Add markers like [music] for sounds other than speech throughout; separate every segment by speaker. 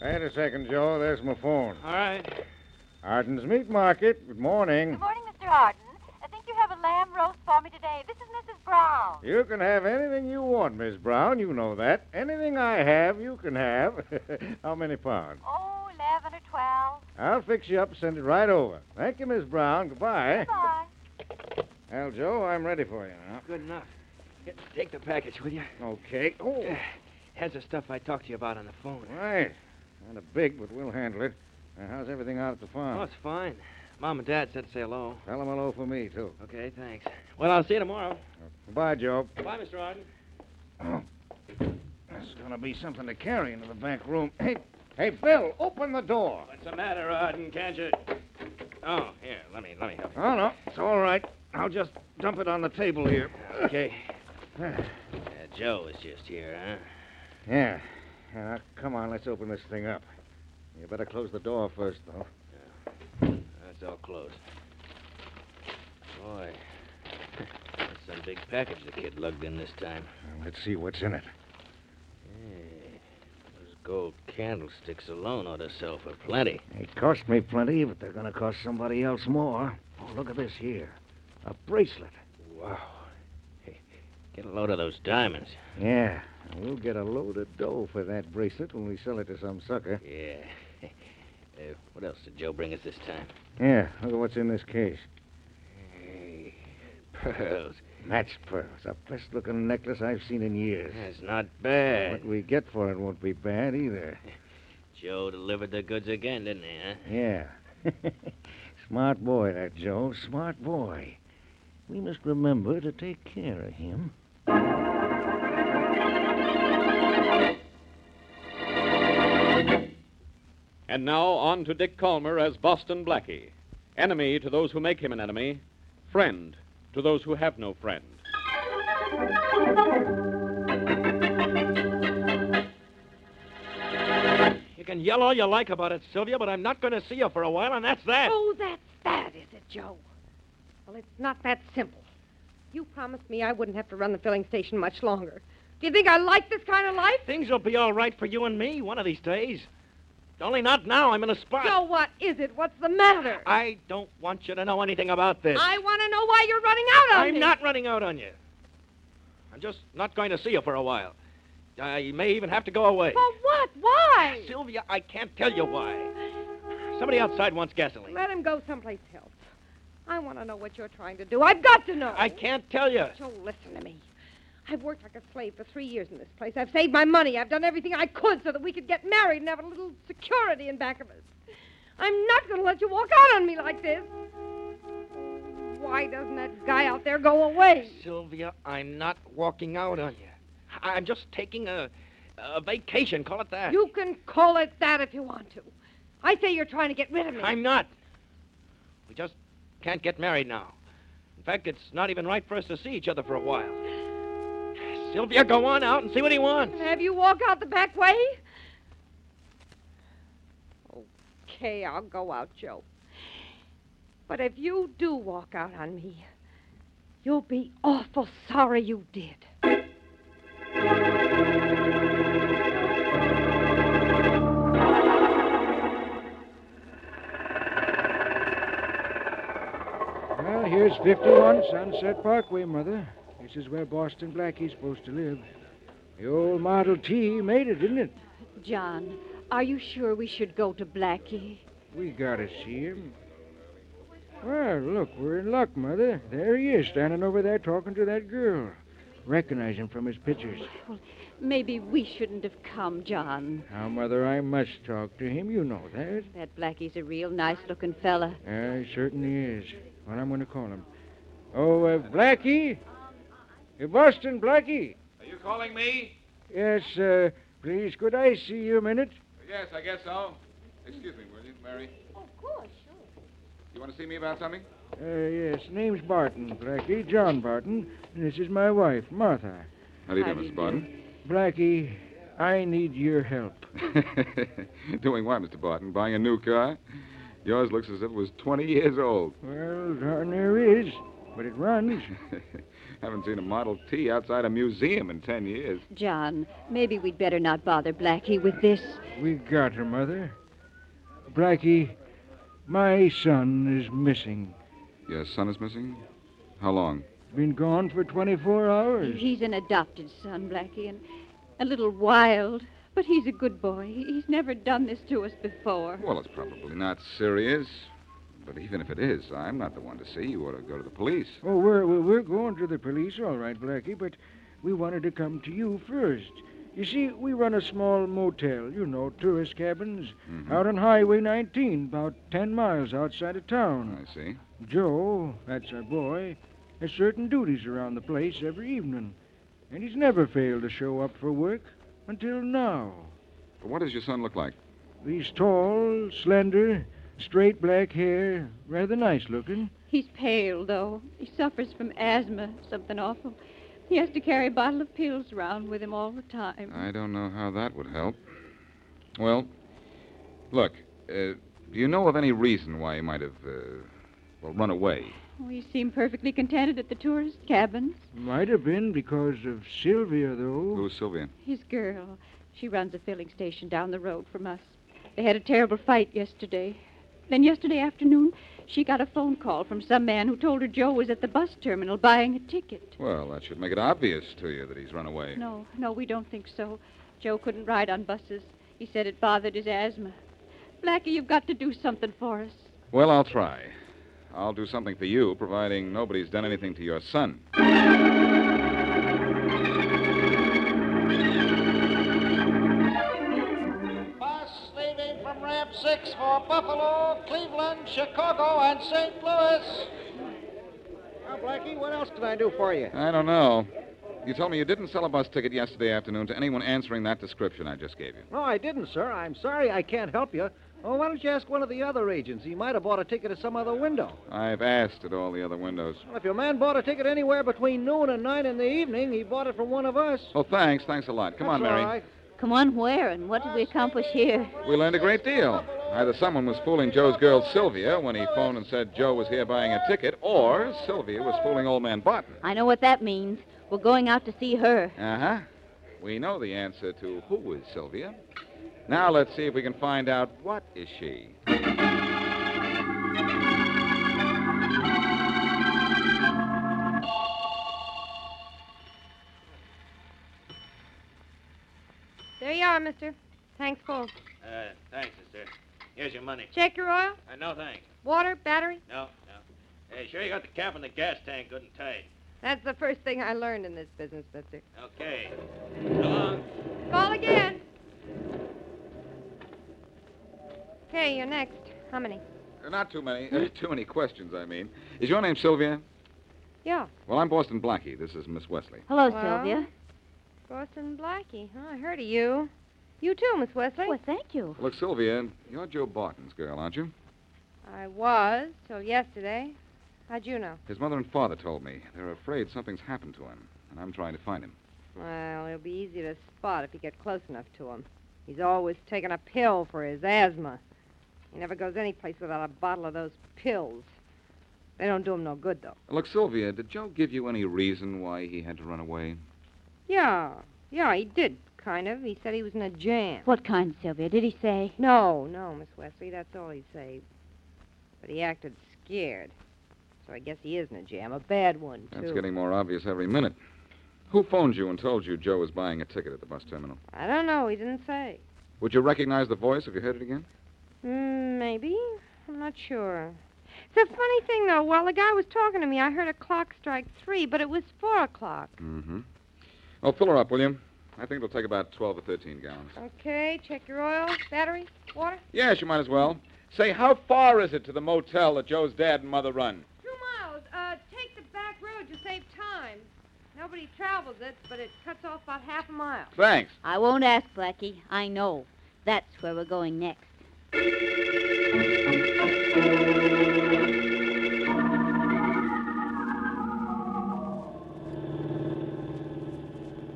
Speaker 1: Wait a second, Joe. There's my phone.
Speaker 2: All right.
Speaker 1: Arden's Meat Market. Good morning.
Speaker 3: Good morning, Mr. Arden. I think you have a lamb roast for me today. This is Mrs. Brown.
Speaker 1: You can have anything you want, Miss Brown. You know that. Anything I have, you can have. [laughs] How many pounds?
Speaker 3: Oh, 11 or 12.
Speaker 1: I'll fix you up and send it right over. Thank you, Miss Brown. Goodbye.
Speaker 3: Bye.
Speaker 1: Well, Joe, I'm ready for you now.
Speaker 2: Good enough. Here, Take the package, will you?
Speaker 1: Okay. Oh,
Speaker 2: Uh, Has the stuff I talked to you about on the phone.
Speaker 1: right. Kind of big, but we'll handle it. Now, how's everything out at the farm?
Speaker 2: Oh, it's fine. Mom and Dad said to say hello.
Speaker 1: Tell them hello for me, too.
Speaker 2: Okay, thanks. Well, I'll see you tomorrow.
Speaker 1: Goodbye, Joe.
Speaker 2: Bye, Mr. Arden.
Speaker 1: This is going to be something to carry into the back room. Hey, hey, Bill, open the door.
Speaker 2: What's the matter, Arden? Can't you? Oh, here. Let me let me help
Speaker 1: Oh, no. It's all right. I'll just dump it on the table here.
Speaker 2: you. Okay. Uh, Joe is just here, huh?
Speaker 1: [sighs] Yeah. Now, come on, let's open this thing up. You better close the door first, though.
Speaker 2: That's all closed. Boy, [laughs] that's some big package the kid lugged in this time.
Speaker 1: Now, Let's see what's in it.
Speaker 2: Hey, those gold candlesticks alone ought to sell for plenty.
Speaker 1: They cost me plenty, but they're going to cost somebody else more. Oh, look at this here. A bracelet.
Speaker 2: Wow. Hey, get a load of those diamonds.
Speaker 1: Yeah.
Speaker 2: [laughs]
Speaker 1: We'll get a load of dough for that bracelet when we sell it to some sucker.
Speaker 2: Yeah. Uh, what else did Joe bring us this time?
Speaker 1: Yeah, look at what's in this case.
Speaker 2: Hey, pearls.
Speaker 1: Match pearls. The best looking necklace I've seen in years.
Speaker 2: That's not bad.
Speaker 1: What we get for it won't be bad either.
Speaker 2: Joe delivered the goods again, didn't he, huh?
Speaker 1: Yeah. [laughs] Smart boy, that Joe. Smart boy. We must remember to take care of him.
Speaker 4: And now on to Dick Calmer as Boston Blackie. Enemy to those who make him an enemy, friend to those who have no friend.
Speaker 2: You can yell all you like about it, Sylvia, but I'm not going to see you for a while, and that's that.
Speaker 5: Oh, that's that, is it, Joe? Well, it's not that simple. You promised me I wouldn't have to run the filling station much longer. Do you think I like this kind of life?
Speaker 2: Things will be all right for you and me one of these days. Only not now. I'm in a spot.
Speaker 5: Joe, what is it? What's the matter?
Speaker 2: I don't want you to know anything about this.
Speaker 5: I want to know why you're running out on
Speaker 2: I'm
Speaker 5: me.
Speaker 2: not running out on you. I'm just not going to see you for a while. I may even have to go away.
Speaker 5: For what? Why?
Speaker 2: Sylvia, I can't tell you why. Somebody outside wants gasoline.
Speaker 5: Let him go someplace else. I want to know what you're trying to do. I've got to know.
Speaker 2: I can't tell you.
Speaker 5: Joe, listen to me. I've worked like a slave for three years in this place. I've saved my money. I've done everything I could so that we could get married and have a little security in back of us. I'm not going to let you walk out on me like this. Why doesn't that guy out there go away?
Speaker 2: Sylvia, I'm not walking out on you. I- I'm just taking a, a vacation, call it that.
Speaker 5: You can call it that if you want to. I say you're trying to get rid of me.
Speaker 2: I'm not. We just can't get married now. In fact, it's not even right for us to see each other for a while. Sylvia, go on out and see what he wants.
Speaker 5: Have you walk out the back way? Okay, I'll go out, Joe. But if you do walk out on me, you'll be awful sorry you did.
Speaker 6: Well, here's 51 Sunset Parkway, Mother. This is where Boston Blackie's supposed to live. The old Model T made it, didn't it?
Speaker 7: John, are you sure we should go to Blackie?
Speaker 6: We gotta see him. Well, look, we're in luck, Mother. There he is, standing over there talking to that girl. Recognize him from his pictures.
Speaker 7: Maybe we shouldn't have come, John.
Speaker 6: Now, Mother, I must talk to him. You know that.
Speaker 7: That Blackie's a real nice looking fella.
Speaker 6: Yeah, he certainly is. Well, I'm going to call him. Oh, uh, Blackie? Uh, Boston, Blackie?
Speaker 8: Are you calling me?
Speaker 6: Yes, uh, please, could I see you a minute?
Speaker 8: Yes, I guess so. Excuse me, will you, Mary?
Speaker 5: Oh, of course, sure.
Speaker 8: You want to see me about something?
Speaker 6: Uh, yes, name's Barton, Blackie, John Barton. And this is my wife, Martha.
Speaker 8: How do you
Speaker 7: How
Speaker 8: do,
Speaker 7: do you
Speaker 8: Mr. Barton?
Speaker 6: Blackie, I need your help.
Speaker 5: [laughs]
Speaker 8: [laughs] Doing what, Mr. Barton? Buying a new car? Yours looks as if it was 20 years old.
Speaker 6: Well, darn there is, but it runs.
Speaker 8: Haven't seen a Model T outside a museum in 10 years.
Speaker 7: John, maybe we'd better not bother Blackie with this.
Speaker 6: We got her, Mother. Blackie, my son is missing.
Speaker 8: Your son is missing? How long?
Speaker 6: Been gone for 24 hours.
Speaker 7: He's an adopted son, Blackie, and a little wild, but he's a good boy. He- He's never done this to us before.
Speaker 8: Well, it's probably not serious. But even if it is, I'm not the one to see. You ought to go to the police.
Speaker 6: Oh, we're, we're we're going to the police, all right, Blackie, but we wanted to come to you first. You see, we run a small motel, you know, tourist cabins,
Speaker 8: Mhm.
Speaker 6: out on Highway 19, about 10 miles outside of town.
Speaker 8: I see.
Speaker 6: Joe, that's our boy, has certain duties around the place every evening, and he's never failed to show up for work until now.
Speaker 8: But what does your son look like?
Speaker 6: He's tall, slender, straight black hair, rather nice looking.
Speaker 7: He's pale, though. He suffers from asthma, something awful. He has to carry a bottle of pills around with him all the time.
Speaker 8: I don't know how that would help. Well, look, uh, do you know of any reason why he might have, uh, well, run away?
Speaker 7: We seem perfectly contented at the tourist cabins.
Speaker 6: Might have been because of Sylvia, though.
Speaker 8: Who's Sylvia?
Speaker 7: His girl. She runs a filling station down the road from us. They had a terrible fight yesterday. Then yesterday afternoon, she got a phone call from some man who told her Joe was at the bus terminal buying a ticket.
Speaker 8: Well, that should make it obvious to you that he's run away.
Speaker 7: No, no, we don't think so. Joe couldn't ride on buses. He said it bothered his asthma. Blackie, you've got to do something for us.
Speaker 8: Well, I'll try. I'll do something for you, providing nobody's done anything to your son.
Speaker 9: Bus leaving from Ramp 6 for Buffalo, Cleveland, Chicago, and St. Louis.
Speaker 1: Now, Blackie, what else can I do for you?
Speaker 8: I don't know. You told me you didn't sell a bus ticket yesterday afternoon to anyone answering that description I just gave you.
Speaker 1: No, I didn't, sir. I'm sorry I can't help you. Oh, why don't you ask one of the other agents? He might have bought a ticket at some other window.
Speaker 8: I've asked at all the other windows.
Speaker 1: Well, if your man bought a ticket anywhere between noon and nine in the evening, he bought it from one of us.
Speaker 8: Oh, thanks. Thanks a lot. Come on,
Speaker 1: That's all
Speaker 8: Mary.
Speaker 1: right.
Speaker 7: Come on, where and what did we accomplish here?
Speaker 8: We learned a great deal. Either someone was fooling Joe's girl Sylvia when he phoned and said Joe was here buying a ticket, or Sylvia was fooling old man Barton.
Speaker 7: I know what that means. We're going out to see her.
Speaker 8: Uh huh. We know the answer to who is Sylvia. Now let's see if we can find out what is she.
Speaker 5: There you are, mister. Thanks full.
Speaker 2: Uh, thanks, sister. Here's your money.
Speaker 5: Check your oil,
Speaker 2: Uh, no, thanks.
Speaker 5: water, battery.
Speaker 2: No, no. Hey, sure you got the cap and the gas tank good and tight.
Speaker 5: That's the first thing I learned in this business, mister.
Speaker 2: Okay. So long.
Speaker 5: Call again. Okay, you're next. How many?
Speaker 8: Uh, Not too many, uh, too many questions, I mean. Is your name Sylvia?
Speaker 5: Yeah.
Speaker 8: Well, I'm Boston Blackie. This is Miss Wesley.
Speaker 7: Hello,
Speaker 5: Well,
Speaker 7: Sylvia.
Speaker 5: Boston Blackie. Huh? I heard of you. You too, Miss Wesley.
Speaker 7: thank you.
Speaker 8: Look, Sylvia, you're Joe Barton's girl, aren't you?
Speaker 5: I was till yesterday. How'd you know?
Speaker 8: His mother and father told me. They're afraid something's happened to him, and I'm trying to find him.
Speaker 5: Well, it'll be easy to spot if you get close enough to him. He's always taking a pill for his asthma. He never goes anyplace without a bottle of those pills. They don't do him no good, though.
Speaker 8: Look, Sylvia, did Joe give you any reason why he had to run away?
Speaker 5: Yeah, yeah, he did, kind of. He said he was in a jam.
Speaker 7: What kind, Sylvia? Did he say?
Speaker 5: No, no, Miss Wesley, that's all he said. But he acted scared. So I guess he is in a jam, a bad one, too.
Speaker 8: That's getting more obvious every minute. Who phoned you and told you Joe was buying a ticket at the bus terminal?
Speaker 5: I don't know, he didn't say.
Speaker 8: Would you recognize the voice if you heard it again?
Speaker 5: Mm, maybe. I'm not sure. It's a funny thing, though. While the guy was talking to me, I heard a clock strike three, but it was four o'clock.
Speaker 8: Mm-hmm. Oh, fill her up, will you? I think it'll take about 12 or 13 gallons.
Speaker 5: Okay, check your oil, battery, water.
Speaker 4: Yes, you might as well. Say, how far is it to the motel that Joe's dad and mother run?
Speaker 5: Two miles. Uh, take the back road to save time. Nobody travels it, but it cuts off about half a mile.
Speaker 4: Thanks.
Speaker 10: I won't ask, Blackie. I know. That's where we're going next.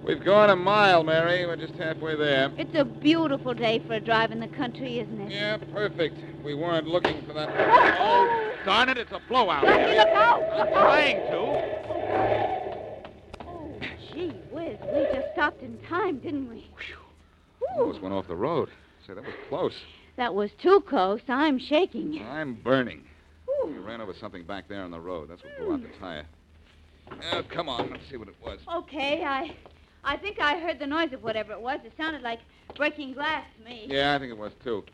Speaker 8: We've gone a mile, Mary. We're just halfway there.
Speaker 10: It's a beautiful day for a drive in the country, isn't it?
Speaker 8: Yeah, perfect. We weren't looking for that. Oh, darn it, it's a blowout. Mary.
Speaker 10: out!
Speaker 8: Trying to.
Speaker 10: Oh, Gee whiz, we just stopped in time, didn't we?
Speaker 8: Almost went off the road. Say, that was close.
Speaker 10: That was too close. I'm shaking.
Speaker 8: I'm burning. We ran over something back there on the road. That's what blew out
Speaker 10: Hmm.
Speaker 8: the tire. Oh, come on. Let's see what it was.
Speaker 10: Okay, I, I think I heard the noise of whatever it was. It sounded like breaking glass to me.
Speaker 8: Yeah, I think it was, too.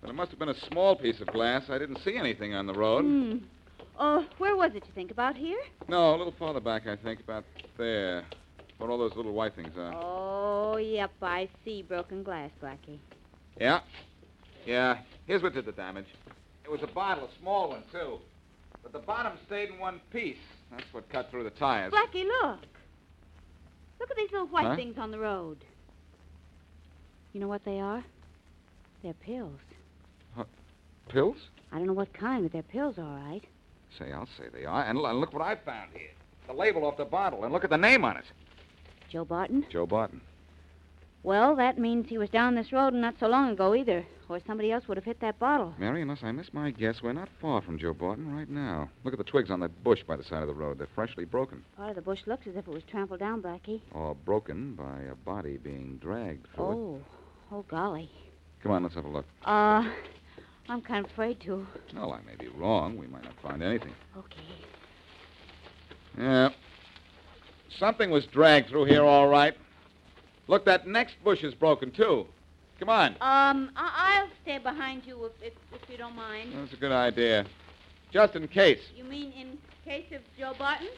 Speaker 8: But it must have been a small piece of glass. I didn't see anything on the road.
Speaker 10: Hmm. Oh, where was it? You think about here?
Speaker 8: No, a little farther back, I think, about there, where all those little white things are.
Speaker 10: Oh, yep, I see broken glass, Blackie.
Speaker 8: Yeah. Yeah. Here's what did the damage. It was a bottle, a small one, too. But the bottom stayed in one piece. That's what cut through the tires.
Speaker 10: Blackie, look. Look at these little white
Speaker 8: Huh?
Speaker 10: things on the road. You know what they are? They're pills.
Speaker 8: Pills?
Speaker 10: I don't know what kind, but they're pills, all right.
Speaker 8: Say, I'll say they are. And, l- and look what I found here. The label off the bottle, and look at the name on it.
Speaker 10: Joe Barton?
Speaker 8: Joe Barton.
Speaker 10: Well, that means he was down this road not so long ago either, or somebody else would have hit that bottle.
Speaker 8: Mary, unless I miss my guess, we're not far from Joe Barton right now. Look at the twigs on that bush by the side of the road. They're freshly broken.
Speaker 10: Part of the bush looks as if it was trampled down, Blackie.
Speaker 8: Or broken by a body being dragged through it.
Speaker 10: Oh, oh, golly.
Speaker 8: Come on, let's have a look.
Speaker 10: Uh, I'm kind of afraid to.
Speaker 8: Well, I may be wrong. We might not find anything.
Speaker 10: Okay.
Speaker 8: Yeah. Something was dragged through here, all right. Look, that next bush is broken, too. Come on.
Speaker 10: Um, I- I'll stay behind you if, if, if you don't mind.
Speaker 8: That's a good idea. Just in case.
Speaker 10: You mean in case of Joe Barton?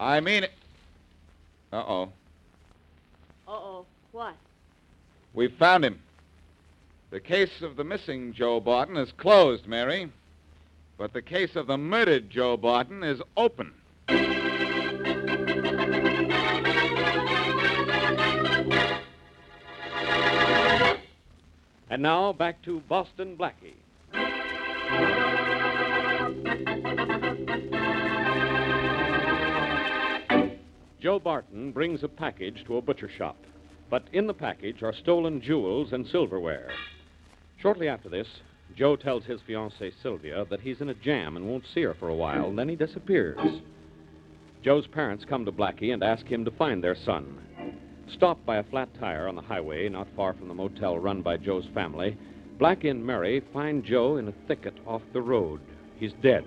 Speaker 8: I mean it. Uh oh.
Speaker 10: Uh-oh. What?
Speaker 8: We found him. The case of the missing Joe Barton is closed, Mary. But the case of the murdered Joe Barton is open.
Speaker 4: And now back to Boston Blackie. Joe Barton brings a package to a butcher shop, but in the package are stolen jewels and silverware. Shortly after this, Joe tells his fiancée Sylvia that he's in a jam and won't see her for a while, and then he disappears. Joe's parents come to Blackie and ask him to find their son. Stopped by a flat tire on the highway not far from the motel run by Joe's family, Blackie and Mary find Joe in a thicket off the road. He's dead.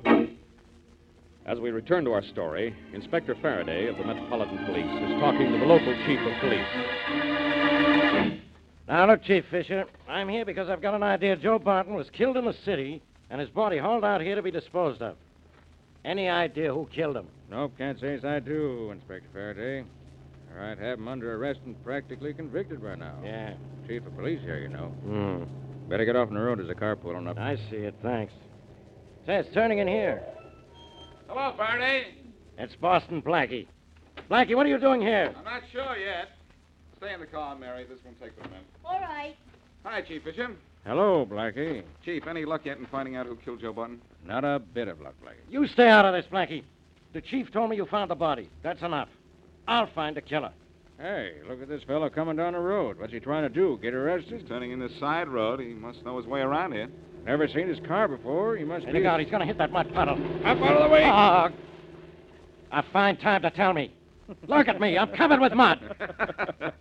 Speaker 4: As we return to our story, Inspector Faraday of the Metropolitan Police is talking to the local chief of police.
Speaker 11: Now, look, Chief Fisher, I'm here because I've got an idea Joe Barton was killed in the city and his body hauled out here to be disposed of. Any idea who killed him?
Speaker 1: Nope, can't say as I do, Inspector Faraday. All right, have him under arrest and practically convicted right now.
Speaker 11: Yeah.
Speaker 1: Chief of police here, you know.
Speaker 11: Hmm.
Speaker 1: Better get off on the road. There's a car pulling up.
Speaker 11: I see it, thanks. Say, it's turning in here.
Speaker 8: Hello, Faraday.
Speaker 11: It's Boston Blackie. Blackie, what are you doing here?
Speaker 8: I'm not sure yet. Stay in the car, Mary. This won't take but a minute.
Speaker 10: All right.
Speaker 8: Hi, Chief Fisher.
Speaker 1: Hello, Blackie.
Speaker 8: Chief, any luck yet in finding out who killed Joe Barton?
Speaker 1: Not a bit of luck, Blackie.
Speaker 11: You stay out of this, Blackie. The chief told me you found the body. That's enough. I'll find the killer.
Speaker 1: Hey, look at this fellow coming down the road. What's he trying to do? Get arrested?
Speaker 8: He's turning in this side road. He must know his way around here.
Speaker 1: Never seen his car before. He must
Speaker 11: Hey,
Speaker 1: be.
Speaker 11: look out, he's going to hit that mud puddle.
Speaker 1: Up out of the way.
Speaker 11: Ah, a fine time to tell me. Look at me. I'm covered with mud.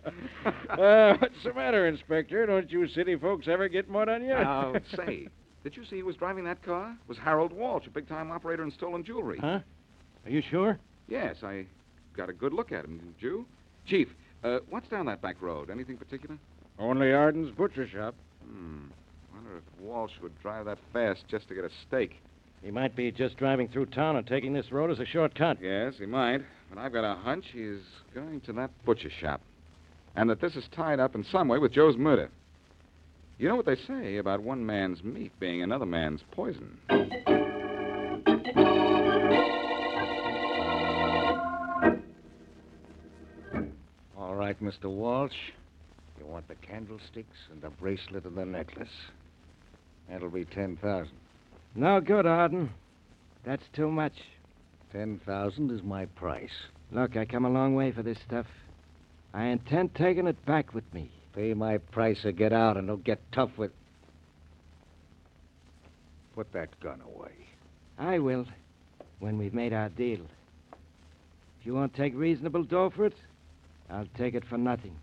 Speaker 1: [laughs] Uh, what's the matter, Inspector? Don't you city folks ever get
Speaker 11: [laughs]
Speaker 1: mud on you?
Speaker 11: Oh,
Speaker 8: Now, say, did you see who was driving that car? It was Harold Walsh, a big time operator in stolen jewelry.
Speaker 11: Huh? Are you sure?
Speaker 8: Yes, I got a good look at him, didn't you? Chief, uh, what's down that back road? Anything particular?
Speaker 1: Only Arden's butcher shop.
Speaker 8: Hmm. Well, wonder if Walsh would drive that fast just to get a stake.
Speaker 12: He might be just driving through town and taking this road as a shortcut.
Speaker 8: Yes, he might. But I've got a hunch he's going to that butcher shop. And that this is tied up in some way with Joe's murder. You know what they say about one man's meat being another man's poison.
Speaker 1: All right, Mr. Walsh. You want the candlesticks and the bracelet and the necklace. That'll be 10,000.
Speaker 12: No good, Arden. That's too much.
Speaker 1: 10,000 is my price.
Speaker 12: Look, I come a long way for this stuff. I intend taking it back with me.
Speaker 1: Pay my price or get out and don't get tough with. Put that gun away.
Speaker 12: I will, when we've made our deal. If you won't take reasonable dough for it, I'll take it for nothing.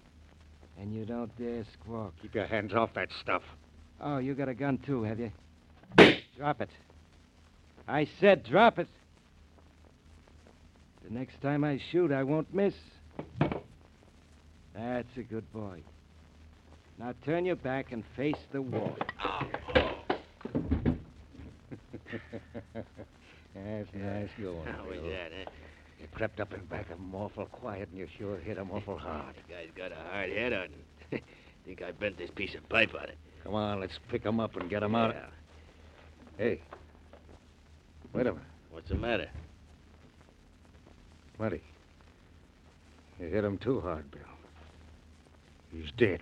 Speaker 12: And you don't dare squawk.
Speaker 1: Keep your hands off that stuff.
Speaker 12: Oh, you got a gun too, have you? drop it. I said drop it. The next time I shoot, I won't miss. That's a good boy. Now turn your back and face the wall.
Speaker 1: [laughs] That's nice going.
Speaker 12: How was
Speaker 1: Bill.
Speaker 12: that, huh?
Speaker 1: You crept up and back of 'em awful quiet, and you sure hit 'em awful hard.
Speaker 13: Ah, The guy's got a hard head on him. [laughs] Think I bent this piece of pipe on it.
Speaker 1: Come on, let's pick 'em up and get 'em out.
Speaker 13: Yeah.
Speaker 1: Hey. Wait a minute.
Speaker 13: What's the matter?
Speaker 1: Plenty. You hit him too hard, Bill. He's dead.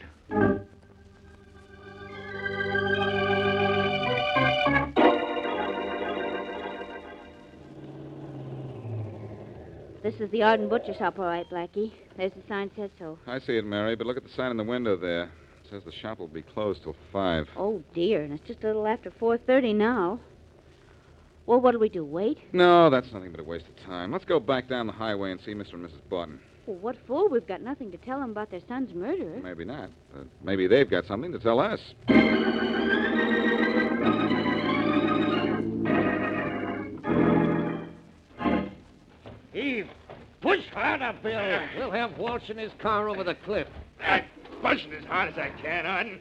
Speaker 10: This is the Arden Butcher Shop, all right, Blackie. There's the sign says so.
Speaker 8: I see it, Mary, but look at the sign in the window there. It says the shop will be closed till 5.
Speaker 10: Oh dear, and it's just a little after four thirty now. Well, what'll we do? Wait?
Speaker 8: No, that's nothing but a waste of time. Let's go back down the highway and see Mr. and Mrs. Barton.
Speaker 10: Well, what for? We've got nothing to tell them about their son's murder.
Speaker 8: Maybe not, but maybe they've got something to tell us.
Speaker 2: Eve, push harder, Bill. We'll have Walsh in his car over the cliff. I'm pushing as hard as I can, Arden.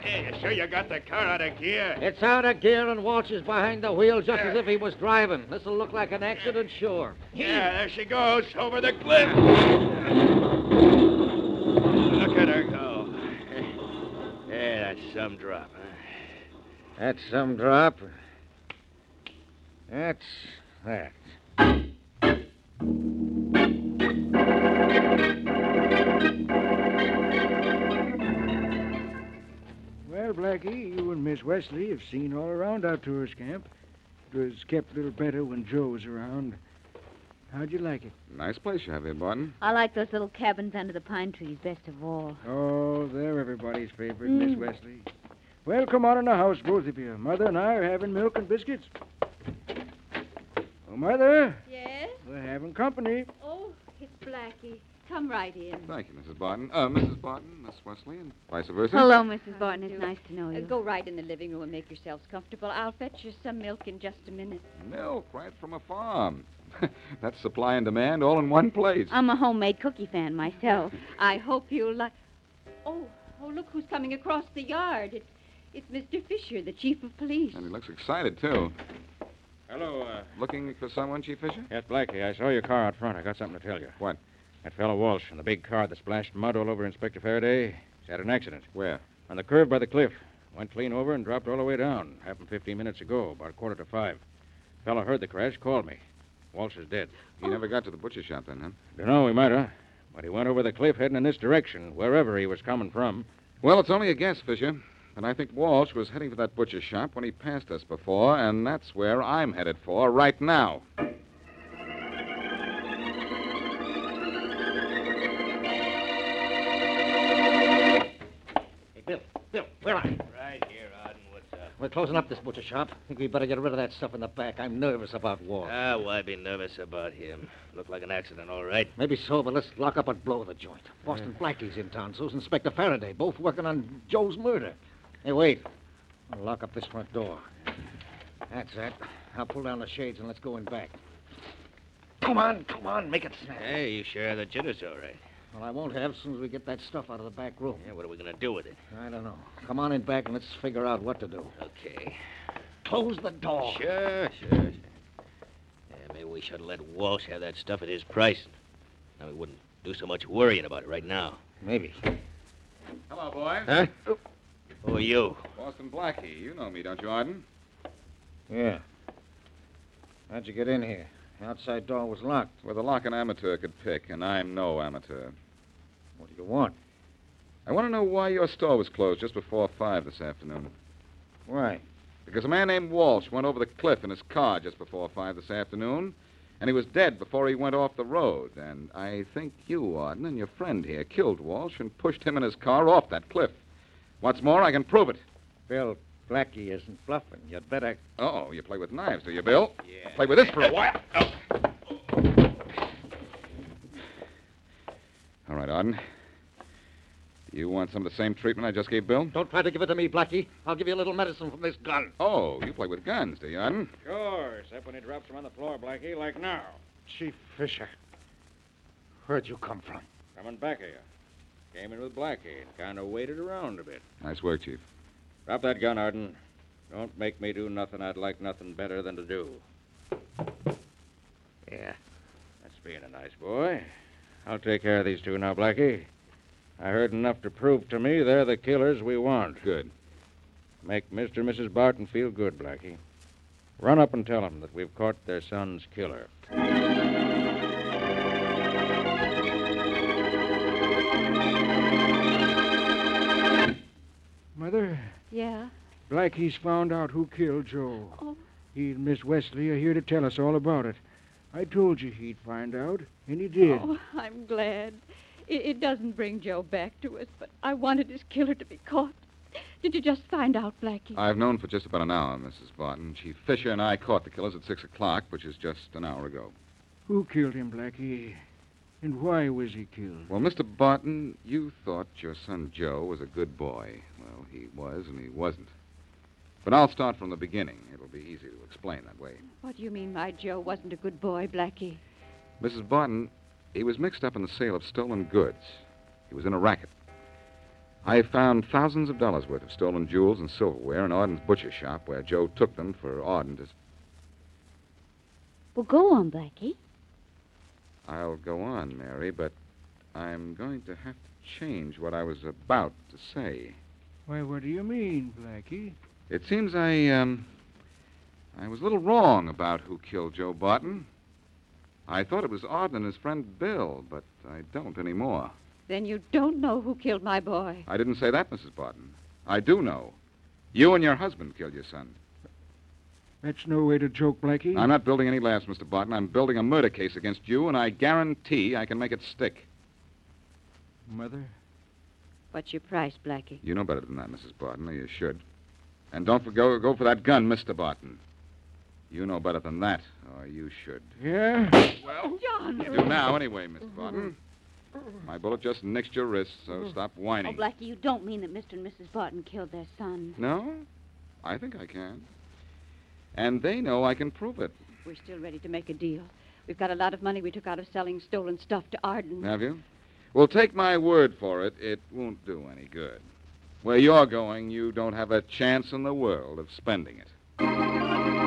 Speaker 2: Hey, you sure you got the car out of gear?
Speaker 12: It's out of gear, and Walsh is behind the wheel just as if he was driving. This'll look like an accident, sure.
Speaker 2: Yeah, there she goes, over the cliff. Look at her go.
Speaker 13: Yeah, that's some drop, huh?
Speaker 1: That's some drop. That's that.
Speaker 6: Well, Blackie, you and Miss Wesley have seen all around our tourist camp. It was kept a little better when Joe was around. How'd you like it?
Speaker 8: Nice place you have here, Barton.
Speaker 10: I like those little cabins under the pine trees best of all.
Speaker 6: Oh, they're everybody's favorite,
Speaker 10: Mm.
Speaker 7: Hmm.
Speaker 6: Miss Wesley. Well, come on in the house, both of you. Mother and I are having milk and biscuits. Oh, Mother,
Speaker 7: Yes?
Speaker 6: we're having company.
Speaker 7: Oh, it's Blackie. Come right in.
Speaker 8: Thank you, Mrs. Barton. Uh, Mrs. Barton, Miss Wesley, and vice versa.
Speaker 10: Hello, Mrs. Barton. It's nice to know
Speaker 7: Uh,
Speaker 10: you.
Speaker 7: go right in the living room and make yourselves comfortable. I'll fetch you some milk in just a minute.
Speaker 8: Milk right from a farm. Um, [laughs] That's supply and demand all in one place.
Speaker 10: I'm a homemade cookie fan myself.
Speaker 7: [laughs] I hope you'll like. Oh, oh, look who's coming across the yard. It's, it's Mr. Fisher, the chief of police.
Speaker 8: And he looks excited, too.
Speaker 11: Hello, uh.
Speaker 8: Looking for someone, Chief Fisher?
Speaker 11: Yes, Blackie, I saw your car out front. I got something to tell you.
Speaker 8: What?
Speaker 11: That fellow Walsh in the big car that splashed mud all over Inspector Faraday. He's had an accident.
Speaker 8: Where?
Speaker 11: On the curve by the cliff. Went clean over and dropped all the way down. Happened 15 minutes ago, about a quarter to five. Fellow heard the crash, called me. Walsh is dead.
Speaker 8: He never got to the butcher shop then, huh?
Speaker 11: Dunno, he might have. But he went over the cliff heading in this direction, wherever he was coming from.
Speaker 8: Well, it's only a guess, Fisher. And I think Walsh was heading for that butcher shop when he passed us before, and that's where I'm headed for right now.
Speaker 12: Hey, Bill, Bill, where are you?
Speaker 13: Right here, Arden. What's up?
Speaker 12: We're closing up this butcher shop. think we better get rid of that stuff in the back. I'm nervous about war.
Speaker 13: Ah, why be nervous about him? Looked like an accident, all right.
Speaker 14: Maybe so, but let's lock up and blow the joint. Boston Blackie's in town. So's Inspector Faraday, both working on Joe's murder. Hey, wait. I'll lock up this front door. That's it. I'll pull down the shades and let's go in back. Come on, come on, make it snap.
Speaker 13: Hey, you sure have the jitters all right?
Speaker 14: Well, I won't have as soon as we get that stuff out of the back room.
Speaker 13: Yeah, what are we going to do with it?
Speaker 14: I don't know. Come on in back and let's figure out what to do.
Speaker 13: Okay.
Speaker 14: Close the door.
Speaker 13: Sure, sure, sure. Yeah, maybe we should let Walsh have that stuff at his price. Now we wouldn't do so much worrying about it right now.
Speaker 14: Maybe.
Speaker 8: Hello, boy.
Speaker 13: Huh? Who are you?
Speaker 8: Boston Blackie. You know me, don't you, Arden?
Speaker 14: Yeah. How'd you get in here? The outside door was locked.
Speaker 8: With a lock an amateur could pick, and I'm no amateur.
Speaker 14: What do you want?
Speaker 8: I want to know why your store was closed just before five this afternoon.
Speaker 14: Why?
Speaker 8: Because a man named Walsh went over the cliff in his car just before five this afternoon, and he was dead before he went off the road. And I think you, Arden, and your friend here killed Walsh and pushed him and his car off that cliff. What's more, I can prove it.
Speaker 14: Bill, Blackie isn't bluffing. You'd better.
Speaker 8: Oh, you play with knives, do you, Bill? Yeah. Play with this for a while. Oh. All right, Arden. Do you want some of the same treatment I just gave Bill?
Speaker 14: Don't try to give it to me, Blackie. I'll give you a little medicine from this gun.
Speaker 8: Oh, you play with guns, do you, Arden?
Speaker 15: Sure, except when he drops him on the floor, Blackie, like now.
Speaker 14: Chief Fisher. Where'd you come from?
Speaker 15: Coming back here. Came in with Blackie and kind of waited around a bit.
Speaker 8: Nice work, Chief.
Speaker 15: Drop that gun, Arden. Don't make me do nothing I'd like nothing better than to do. Yeah. That's being a nice boy. I'll take care of these two now, Blackie. I heard enough to prove to me they're the killers we want.
Speaker 8: Good.
Speaker 15: Make Mr. and Mrs. Barton feel good, Blackie. Run up and tell them that we've caught their son's killer.
Speaker 6: Mother,
Speaker 7: Yeah?
Speaker 6: Blackie's found out who killed Joe.
Speaker 7: Oh.
Speaker 6: He and Miss Wesley are here to tell us all about it. I told you he'd find out, and he did.
Speaker 7: Oh, I'm glad. It, it doesn't bring Joe back to us, but I wanted his killer to be caught. Did you just find out, Blackie?
Speaker 8: I've known for just about an hour, Mrs. Barton. Chief Fisher and I caught the killers at six o'clock, which is just an hour ago.
Speaker 6: Who killed him, Blackie? And why was he killed?
Speaker 8: Well, Mr. Barton, you thought your son Joe was a good boy. Well, he was, and he wasn't. But I'll start from the beginning. It'll be easy to explain that way.
Speaker 7: What do you mean my Joe wasn't a good boy, Blackie?
Speaker 8: Mrs. Barton, he was mixed up in the sale of stolen goods. He was in a racket. I found thousands of dollars worth of stolen jewels and silverware in Auden's butcher shop where Joe took them for Auden to.
Speaker 10: Well, go on, Blackie.
Speaker 8: I'll go on, Mary, but I'm going to have to change what I was about to say.
Speaker 6: Why, what do you mean, Blackie?
Speaker 8: It seems I, um, I was a little wrong about who killed Joe Barton. I thought it was Auden and his friend Bill, but I don't anymore.
Speaker 7: Then you don't know who killed my boy.
Speaker 8: I didn't say that, Mrs. Barton. I do know. You and your husband killed your son.
Speaker 6: That's no way to joke, Blackie.
Speaker 8: I'm not building any laughs, Mr. Barton. I'm building a murder case against you, and I guarantee I can make it stick.
Speaker 6: Mother?
Speaker 7: What's your price, Blackie?
Speaker 8: You know better than that, Mrs. Barton, or you should. And don't for- go, go for that gun, Mr. Barton. You know better than that, or you should.
Speaker 6: Yeah?
Speaker 8: Well,
Speaker 7: John!
Speaker 8: you do now, anyway, Miss Barton. My bullet just nicked your wrist, so stop
Speaker 10: Oh,
Speaker 8: whining.
Speaker 10: Blackie, you don't mean that Mr. and Mrs. Barton killed their son.
Speaker 8: No? I think I can. And they know I can prove it.
Speaker 7: We're still ready to make a deal. We've got a lot of money we took out of selling stolen stuff to Arden.
Speaker 8: Have you? Well, take my word for it, it won't do any good. Where you're going, you don't have a chance in the world of spending it.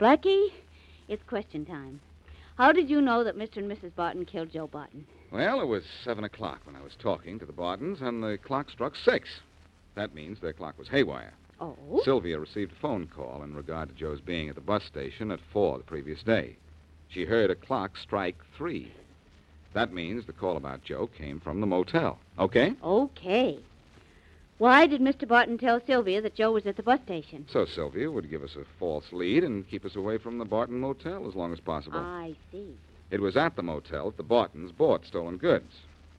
Speaker 10: Blackie, it's question time. How did you know that Mr. and Mrs. Barton killed Joe Barton?
Speaker 8: Well, it was 7 o'clock when I was talking to the Bartons, and the clock struck 6. That means their clock was haywire.
Speaker 10: Oh?
Speaker 8: Sylvia received a phone call in regard to Joe's being at the bus station at 4 the previous day. She heard a clock strike 3. That means the call about Joe came from the motel. Okay?
Speaker 10: Okay. Why did Mr. Barton tell Sylvia that Joe was at the bus station?
Speaker 8: So Sylvia would give us a false lead and keep us away from the Barton Motel as long as possible.
Speaker 10: I see.
Speaker 8: It was at the motel that the Bartons bought stolen goods.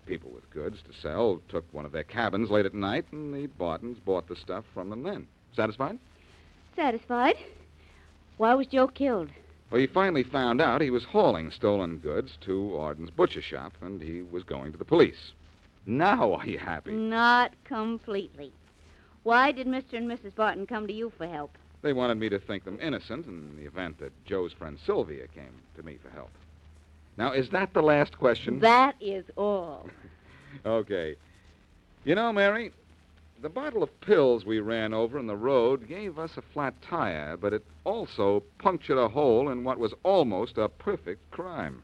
Speaker 8: People with goods to sell took one of their cabins late at night, and the Bartons bought the stuff from them then. Satisfied?
Speaker 10: Satisfied? Why was Joe killed?
Speaker 8: Well, he finally found out he was hauling stolen goods to Arden's butcher shop, and he was going to the police. Now are you happy?
Speaker 10: Not completely. Why did Mr. and Mrs. Barton come to you for help?
Speaker 8: They wanted me to think them innocent in the event that Joe's friend Sylvia came to me for help. Now, is that the last question?
Speaker 10: That is all.
Speaker 8: Okay. You know, Mary, the bottle of pills we ran over in the road gave us a flat tire, but it also punctured a hole in what was almost a perfect crime.